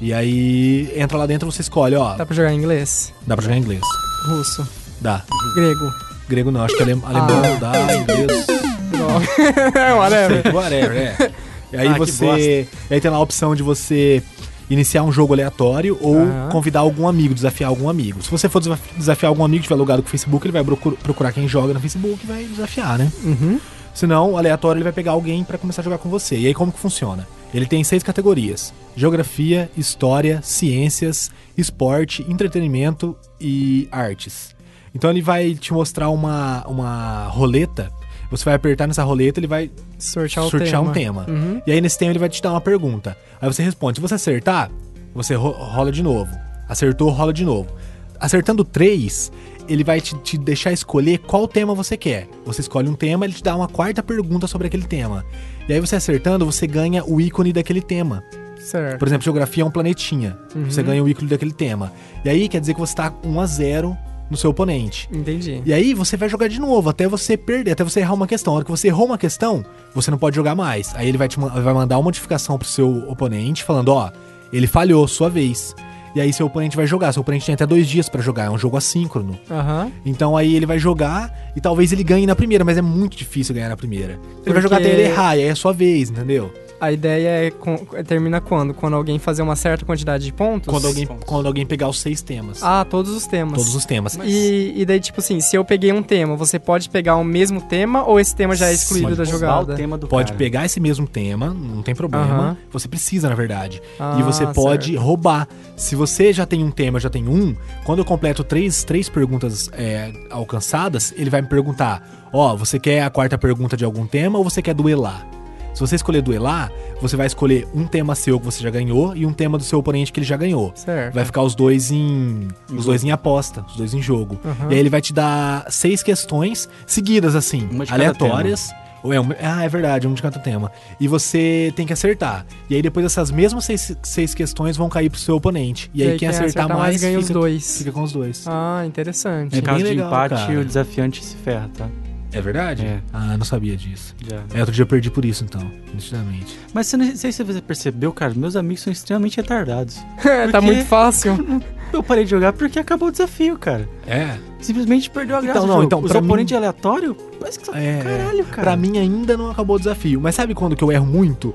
S1: E aí entra lá dentro, você escolhe, ó,
S2: Dá pra jogar em inglês?
S1: dá pra jogar em inglês.
S2: Russo.
S1: Dá.
S2: Grego.
S1: Grego não, acho que alem- alemão não dá, inglês.
S2: Droga. É, Whatever.
S1: Whatever, é. E aí
S3: Ah, que
S1: você. E aí tem lá a opção de você iniciar um jogo aleatório ou
S2: Aham.
S1: convidar algum amigo, desafiar algum amigo. Se você for desaf- desafiar algum amigo que tiver logado com o Facebook, ele vai procu- procurar quem joga no Facebook e vai desafiar, né?
S2: Uhum.
S1: Senão, o aleatório, ele vai pegar alguém pra começar a jogar com você. E aí, como que funciona? Ele tem seis categorias: geografia, história, ciências, esporte, entretenimento e artes. Então, ele vai te mostrar uma, uma roleta. Você vai apertar nessa roleta, ele vai
S2: Sortear, o
S1: sortear
S2: tema.
S1: um tema.
S2: Uhum.
S1: E aí, nesse tema, ele vai te dar uma pergunta. Aí você responde. Se você acertar, você ro- rola de novo. Acertou, rola de novo. Acertando três, ele vai te, te deixar escolher qual tema você quer. Você escolhe um tema, ele te dá uma quarta pergunta sobre aquele tema. E aí, você acertando, você ganha o ícone daquele tema.
S2: Certo.
S1: Por exemplo, geografia é um planetinha. Você
S2: Uhum.
S1: ganha o ícone daquele tema. E aí, quer dizer que você tá 1 a 0 no seu oponente.
S2: Entendi.
S1: E aí você vai jogar de novo, até você perder, até você errar uma questão. A hora que você errou uma questão, você não pode jogar mais. Aí ele vai, te, ma- vai mandar uma notificação pro seu oponente falando, ó, ele falhou, sua vez. E aí seu oponente vai jogar, seu oponente tem até dois dias pra jogar, é um jogo assíncrono.
S2: Aham.
S1: Então aí ele vai jogar e talvez ele ganhe na primeira, mas é muito difícil ganhar na primeira. Ele
S2: Porque-
S1: vai jogar até ele errar, e aí é sua vez, entendeu?
S2: A ideia é com- termina quando? Quando alguém fazer uma certa quantidade de pontos?
S1: Quando alguém,
S3: pontos.
S1: quando alguém pegar os seis temas.
S2: Ah, todos os temas.
S1: Todos os temas.
S2: E, e daí, tipo assim, se eu peguei um tema, você pode pegar o mesmo tema ou esse tema já é excluído
S1: Sim,
S2: da
S1: pode
S2: jogada?
S3: o tema do
S1: Pode
S3: cara.
S1: pegar esse mesmo tema, não tem problema.
S2: Aham.
S1: Você precisa, na verdade.
S2: Ah,
S1: e você pode roubar. Se você já tem um tema, já tem um, quando eu completo três, três perguntas é, alcançadas, ele vai me perguntar: Ó, você quer a quarta pergunta de algum tema ou você quer duelar? Se você escolher duelar, você vai escolher um tema seu que você já ganhou e um tema do seu oponente que ele já ganhou.
S2: Certo.
S1: Vai ficar os dois em. Os dois em aposta, os dois em jogo.
S2: Aham.
S1: E aí ele vai te dar seis questões seguidas, assim,
S3: Uma de cada
S1: aleatórias. Ou é um- ah, é verdade, um de cada tema. E você tem que acertar. E aí depois essas mesmas seis, seis questões vão cair pro seu oponente. E, aí quem, acertar, mais
S2: ganha os
S1: fica,
S2: dois.
S1: fica com os dois.
S2: Ah, interessante.
S1: É
S3: Em caso
S1: bem
S3: de
S1: legal,
S3: empate,
S1: cara.
S3: o desafiante se ferra, tá?
S1: É verdade?
S3: É.
S1: Ah, não sabia disso.
S3: Já. né?
S1: É, outro dia eu perdi por isso, então, nitidamente.
S3: Mas você não sei se você percebeu, cara, meus amigos são extremamente retardados.
S2: tá
S3: Porque-
S2: muito fácil.
S3: Eu parei de jogar porque acabou o desafio, cara.
S1: É.
S3: Simplesmente perdeu a graça
S1: Então,
S3: do
S1: não,
S3: jogo.
S1: então,
S3: Os
S1: pra mim-
S3: oponentes aleatório, parece que só...
S1: É.
S3: Caralho, cara.
S1: Pra mim ainda não acabou o desafio. Mas sabe quando que eu erro muito?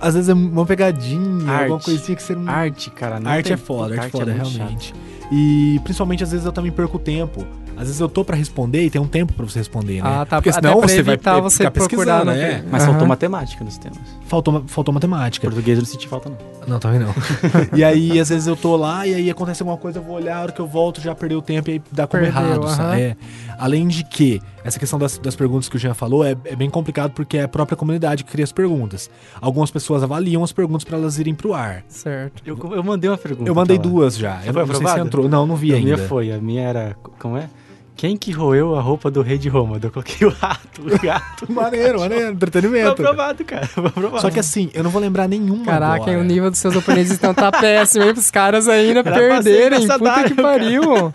S1: Às vezes é uma pegadinha,
S3: Arte.
S1: alguma coisinha que você não.
S3: Arte, cara. não
S1: arte
S3: tem-
S1: é foda, arte é
S3: Arte
S1: foda,
S3: muito
S1: realmente. E principalmente, às vezes, eu também perco tempo. Às vezes eu tô pra responder e tem um tempo pra você responder, né?
S2: Ah, tá.
S1: Porque
S2: Até
S1: senão
S2: pra
S1: você vai
S2: evitar
S1: pe-
S2: você
S1: ficar
S2: procurar
S1: pesquisando,
S2: na
S1: né?
S2: internet.
S3: Mas
S2: Aham.
S3: faltou matemática nos temas.
S1: Faltou, faltou matemática.
S3: Português eu não senti falta, não.
S1: Não, também não. e aí, às vezes eu tô lá e aí acontece alguma coisa, eu vou olhar, a hora que eu volto já perdeu o tempo e aí dá como
S2: Perdeu,
S1: errado,
S2: aham.
S1: sabe? É. Além de que Essa questão das, das perguntas que o Jean falou é, é bem complicado porque é a própria comunidade que cria as perguntas. Algumas pessoas avaliam as perguntas pra elas irem pro ar.
S2: Certo.
S3: Eu, eu mandei uma pergunta.
S1: Eu mandei
S3: lá.
S1: duas já. Eu
S3: foi
S1: não sei se
S3: aprovada?
S1: entrou. Não, não vi
S3: a
S1: ainda.
S3: minha foi, a minha era. Como é? Quem que roeu a roupa do rei de Roma? Eu coloquei o rato, o gato.
S1: Maneiro, maneiro,
S3: Foi
S1: entretenimento.
S3: aprovado, cara. Foi aprovado.
S1: Só que assim, eu não vou lembrar nenhuma.
S2: Caraca,
S1: agora.
S2: o nível dos seus oponentes então tá péssimo, hein? Os caras ainda
S3: pra ser
S2: perderem. Puta
S3: engraçadário,
S2: que pariu.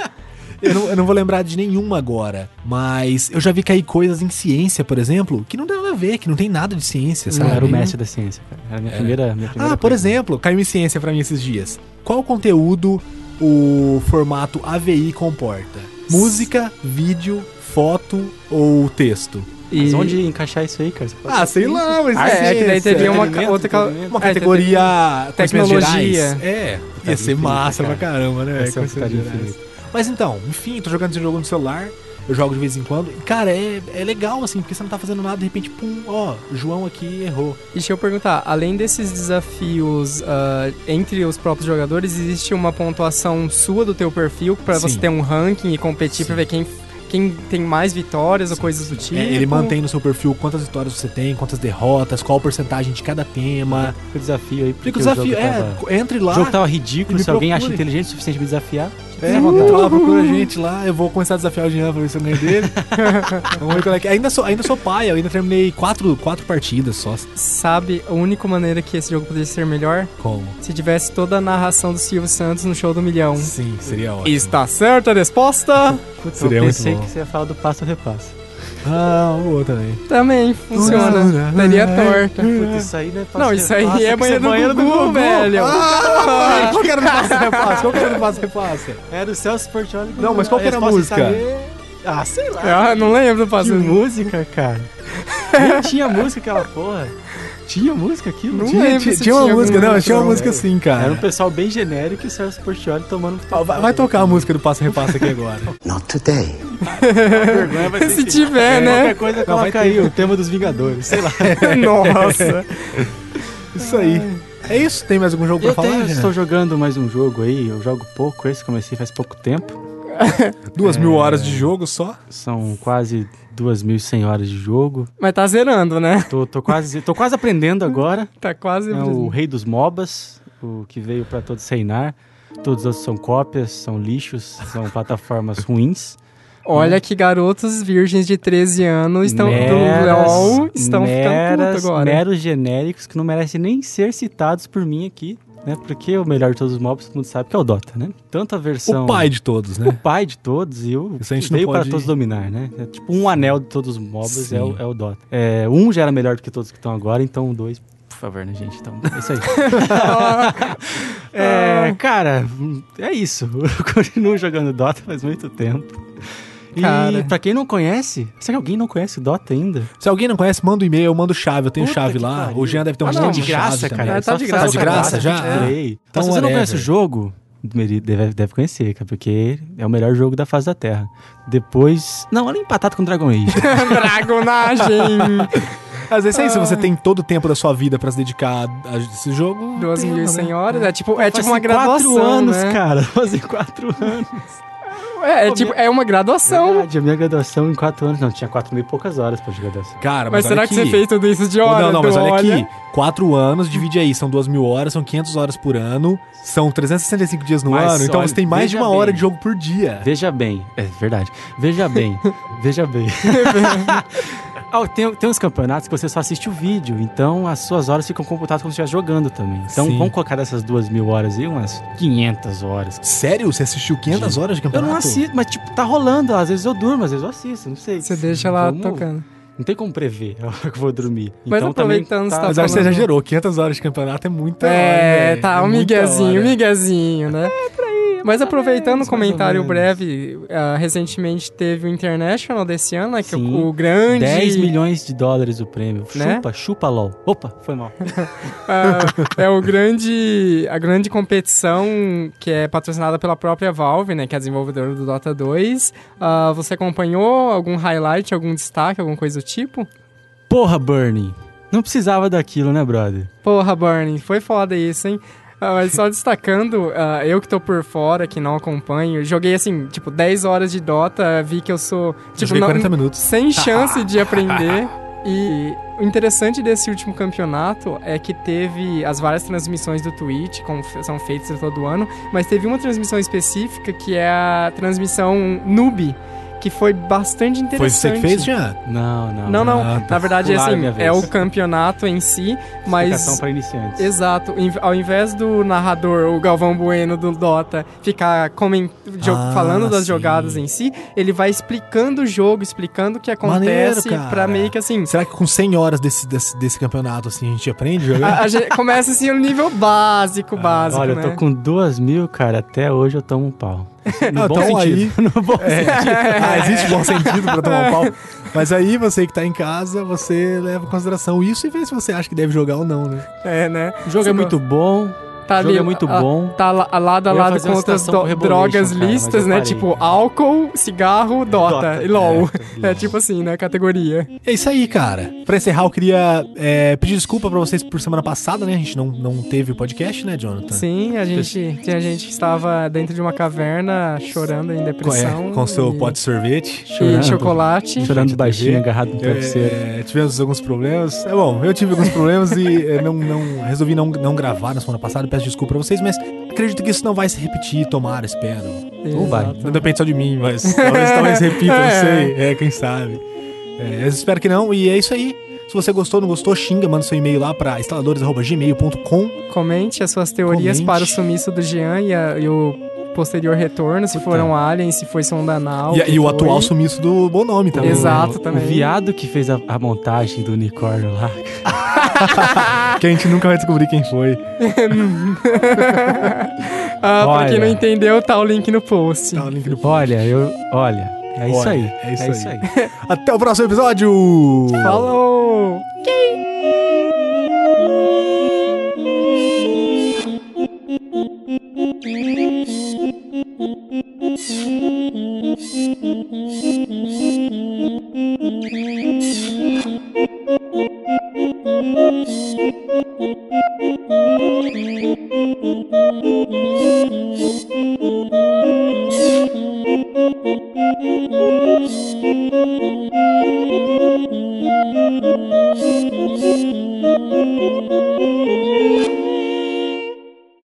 S1: Eu não, eu não vou lembrar de nenhuma agora, mas eu já vi cair coisas em ciência, por exemplo, que não tem nada a ver, que não tem nada de ciência,
S3: Não,
S1: sabe?
S3: eu É. era o mestre da ciência, cara. Era a minha primeira. Minha primeira
S1: Ah, por
S3: pergunta.
S1: exemplo, caiu em ciência pra mim esses dias. Qual conteúdo o formato AVI comporta? Música, vídeo, foto ou texto?
S3: Mas
S2: E-
S3: onde encaixar isso aí, cara? Você fala,
S1: Ah, sei lá, mas
S2: É,
S1: ciência.
S2: que daí teria uma ca-
S3: Entretenimento,
S2: outra ca-
S3: entretenimento.
S1: Uma
S2: É,
S1: categoria conhecimentos
S2: tecnologia. Tá
S1: gerais. É, ia ser
S3: infinito,
S1: massa
S3: cara.
S1: pra caramba, né?
S3: Essa é uma
S1: Conhecimentos
S3: cidade
S1: gerais.
S3: infinita.
S1: Mas então, enfim, eu tô jogando esse jogo no celular, eu jogo de vez em quando. E, cara, é, é legal, assim, porque você não tá fazendo nada, de repente, pum, ó, João aqui errou. É,
S2: E Deixa eu perguntar, além desses desafios ah, entre os próprios jogadores, existe uma pontuação sua do teu perfil pra
S1: Sim.
S2: você ter um ranking e competir pra
S1: Sim.
S2: ver quem, quem tem mais vitórias ou coisas do tipo?
S1: É, ele mantém no seu perfil quantas vitórias você tem, quantas derrotas, qual a porcentagem de cada tema.
S3: Fica o desafio aí. Uhum. porque
S1: Fica o desafio,
S3: jogo
S1: é,
S3: tava-
S1: entre
S3: O
S1: lá,
S3: jogo tava Uhum. ridículo,
S1: me
S3: se alguém acha
S1: procure.
S3: inteligente o suficiente pra me desafiar.
S1: é, entra lá, procura a gente lá, eu vou começar a desafiar o Jean pra ver se eu ganho dele. Vamos ver qual é que é. Ainda sou, ainda sou pai, eu ainda terminei quatro, quatro partidas só.
S2: Sabe a única maneira que esse jogo poderia ser melhor?
S1: Como?
S2: Se tivesse toda a narração do Silvio Santos no show do milhão.
S1: Sim, seria ótimo.
S2: Está certa a resposta?
S3: Putz,
S1: Seria
S3: eu
S1: muito
S3: pensei
S1: bom.
S3: que você ia falar do passo ou repasso.
S1: Ah, o outro também.
S2: Também funciona. Daria torta.
S3: Putz, isso aí não é passo
S2: Não, isso aí
S3: repasso,
S2: é
S3: que isso
S2: banheiro, do, Gugu, velho.
S1: Ah, qual que era o passo repassa? Qual que era o passo repassa?
S3: Era o É Celso Portioli.
S1: Não, mas qual que era a
S3: resposta
S1: música?
S3: estaria- Ah, sei lá.
S2: Ah, não lembro do
S3: Que
S2: passado.
S3: música, cara. Nem tinha música aquela porra. Tinha um música aquilo?
S2: Não
S3: tinha.
S2: lembro
S1: tinha,
S2: se
S1: tinha uma
S2: tinha
S1: música,
S2: algum
S1: não, tinha uma
S2: outro,
S1: música
S3: velho.
S1: sim,
S3: Era um
S1: cara.
S3: pessoal bem genérico e o Celso Portioli tomando...
S1: Ah, Vai, vai tocar a música do passo repassa aqui agora.
S4: Not today.
S3: vergonha, vai ser
S2: Se
S3: esse-
S2: tiver, né?
S3: Qualquer coisa
S1: Não, vai
S3: coloca aí o tema dos Vingadores, sei lá.
S2: Nossa.
S1: Isso aí. É isso? Tem mais algum jogo pra
S3: Eu
S1: falar?
S3: tenho,
S1: Jean?
S3: estou jogando mais um jogo aí, eu jogo pouco, esse comecei faz pouco tempo.
S1: Duas
S3: É.
S1: mil horas de jogo só?
S3: São quase 2.100 horas de jogo.
S2: Mas tá zerando, né?
S3: Tô, tô quase, tô quase aprendendo agora.
S2: Tá quase.
S3: É o rei dos MOBAs, o que veio pra todos reinar. Todos os outros são cópias, são lixos, são plataformas ruins.
S2: Olha que garotos virgens de 13 anos estão
S3: Meras-
S2: do LOL estão ficando
S3: meras-
S2: puto agora.
S3: Meros genéricos que não merecem nem ser citados por mim aqui, né? Porque o melhor de todos os mobs, todo mundo sabe que é o Dota, né? Tanto a versão...
S1: O pai de todos,
S3: o
S1: né?
S3: pai de todos e o
S1: Isso a gente
S3: veio
S1: não pode-
S3: para todos dominar, né? É tipo um anel de todos os mobs
S1: Sim.
S3: é o, é o Dota. É, um já era melhor do que todos que estão agora, então o dois, por favor, né, gente? Então, é isso aí.
S1: Ah.
S3: é, cara, é isso. Eu continuo jogando Dota faz muito tempo. E
S2: Cara.
S3: pra quem não conhece, será que alguém não conhece o Dota ainda?
S1: Se alguém não conhece, manda um e-mail, eu mando chave, eu tenho
S3: Puta
S1: chave
S3: que
S1: lá.
S3: pariu.
S1: O Jean deve ter um
S2: Ah,
S1: monte
S2: não,
S1: de chave
S3: cara.
S1: também.
S2: É, tá
S3: Só
S2: de
S3: se
S2: graça,
S3: você
S1: tá de
S3: não
S1: graça
S3: conhece,
S1: já?
S2: né?
S3: eu te falei.
S1: Então,
S3: Mas se você não
S1: whatever.
S3: conhece o jogo, Meri deve, deve conhecer, cara, porque é o melhor jogo da face da Terra. Depois. Não, era empatado com Dragon
S2: É
S3: Age.
S2: tipo Dragonagem.
S1: Às vezes é isso,
S2: Ah.
S1: você tem todo o tempo da sua vida pra se dedicar a esse jogo. tem, né?
S2: 2.100 horas. É tipo, é tipo
S3: Fazem
S2: uma graduação.
S3: Quatro anos,
S2: né?
S3: cara. Fazem quatro anos.
S2: É, é tipo, é uma graduação.
S3: Verdade, a minha graduação em quatro anos. Não, tinha quatro mil e poucas horas pra de graduação.
S1: Cara, mas,
S2: Mas será
S1: olha
S2: que
S1: aqui.
S2: você fez tudo isso de hora?
S1: não, não, mas
S2: Do
S1: olha,
S2: olha.
S1: aqui. Quatro anos, divide aí, são duas mil horas, são 500 horas por ano, são 365 dias no
S3: Mas
S1: ano, então
S3: olha,
S1: você tem mais de
S3: veja
S1: uma hora
S3: bem.
S1: de jogo por dia.
S3: Veja bem. É verdade. Veja bem. veja bem. Ah, tem, tem uns campeonatos que você só assiste o vídeo, então as suas horas ficam computadas como se estivesse jogando também. Então
S1: Sim.
S3: vamos colocar dessas duas mil horas aí, umas 500 horas.
S1: Sério? Você assistiu 500 horas de
S3: Eu
S1: campeonato?
S3: não assisto, mas tipo, tá rolando. Às vezes eu durmo, às vezes eu assisto, não sei.
S2: Você deixa lá
S3: Vamos-
S2: tocando.
S3: Não tem como prever a hora que eu vou dormir.
S2: Mas
S3: Então, também
S2: aproveitando, você
S1: Mas
S2: tá
S1: acho que você
S2: falando-
S1: exagerou, 500 horas de campeonato é muita
S3: Então,
S1: hora,
S2: É,
S1: velho,
S2: tá, um
S1: muita
S2: miguezinho, um
S1: hora.
S2: miguezinho, né? Mas aproveitando o
S3: É, mais ou
S2: comentário
S3: menos.
S2: breve, ah, recentemente teve o International desse ano, né, que
S3: Sim.
S2: o, o grande...
S3: 10 milhões de dólares o prêmio.
S2: Né?
S3: Chupa, chupa LOL. Opa, foi mal.
S2: ah, é o grande... A grande competição que é patrocinada pela própria Valve, né, que é a desenvolvedora do Dota 2. Ah, você acompanhou algum highlight, algum destaque, alguma coisa do tipo?
S3: Porra, Burning. Não precisava daquilo, né, brother?
S2: Porra, Burning, foi foda isso, hein? Ah, mas só destacando, ah, eu que tô por fora, que não acompanho, joguei assim, tipo, 10 horas de Dota, vi que eu sou. Tipo,
S1: joguei
S2: não-
S1: 40 minutos.
S2: sem chance de aprender. E o interessante desse último campeonato é que teve as várias transmissões do Twitch, como fe- são feitas todo ano, mas teve uma transmissão específica que é a transmissão noob, que foi bastante interessante.
S1: Foi você que fez, Jean?
S3: Não, não.
S2: Não, não.
S1: Ah, tá.
S2: Na verdade, é
S3: Pularam
S2: assim,
S3: minha
S2: é
S3: vez.
S2: o campeonato em si,
S3: Explicação
S2: mas
S3: para iniciantes.
S2: Exato. Em- Ao invés do narrador, o Galvão Bueno do Dota, ficar comen- jo-
S1: Ah,
S2: falando das
S1: sim.
S2: jogadas em si, ele vai explicando o jogo, explicando o que acontece
S1: Maneiro, cara.
S2: pra meio que assim.
S1: Será que com 100 horas desse, desse, desse campeonato, assim, a gente aprende a jogar?
S2: A, a gente começa assim no nível básico, básico,
S3: Ah, Olha,
S2: né?
S3: eu tô com duas mil, cara. Até hoje eu tomo um pau. No
S1: Ah,
S3: bom
S1: então aí-
S3: sentido. No bom
S2: É,
S3: sentido.
S1: ah, existe bom sentido pra tomar um pau. Mas aí, você que tá em casa, você leva em consideração isso e vê se você acha que deve jogar ou não, né?
S2: É, né?
S3: O jogo é
S2: Sim,
S3: muito bom.
S2: Tá
S3: o jogo é muito
S2: a-
S3: bom.
S2: Tá la- a lado a
S3: Eu ia
S2: lado
S3: fazer
S2: com
S3: uma
S2: outras do-
S3: citação pro Revolution,
S2: drogas
S3: cara, mas
S2: listas,
S3: eu
S2: né?
S3: parei.
S2: Tipo álcool, cigarro, Dota, e LOL. É tipo assim, né? Categoria.
S1: É isso aí, cara. Pra encerrar, eu queria é, pedir desculpa pra vocês por semana passada, né? A gente não, não teve o podcast, né, Jonathan?
S2: Sim, a gente tinha gente que estava dentro de uma caverna chorando em
S1: Com, é,
S2: depressão.
S1: com seu
S2: e-
S1: pote de sorvete.
S2: e
S3: Chorando.
S2: chocolate.
S3: Chorando
S1: Gente,
S3: baixinho,
S1: TV.
S3: agarrado no travesseiro.
S1: É, tivemos alguns problemas. É bom, eu tive alguns problemas e é, não, não- resolvi não, não gravar na semana passada. Peço desculpa pra vocês, mas acredito que isso não vai se repetir. Tomara, espero.
S3: Ou vai.
S2: Exato.
S1: Não depende só de mim, mas talvez, talvez repita,
S2: É.
S1: não sei. É, quem sabe. É, eu espero que não. E é isso aí. Se você gostou, não gostou, xinga, manda seu e-mail lá pra instaladores.gmail.com.
S2: Comente as suas teorias
S1: Comente.
S2: para o sumiço do Jean e, a- e o posterior retorno, se foram aliens, se foi sondanal.
S1: E, e o
S2: que foi.
S1: atual sumiço do Bonome também.
S2: Exato,
S3: Então, o,
S2: também.
S3: O viado que fez a, a montagem do unicórnio lá.
S1: Que a gente nunca vai descobrir quem foi.
S2: Ah, pra quem
S3: Olha.
S2: não entendeu, tá o link no post.
S1: Tá o link no-
S3: Olha, eu. Olha, é isso
S1: Olha,
S3: aí.
S1: é isso aí. Até o próximo episódio!
S2: Falou!
S4: Thank you.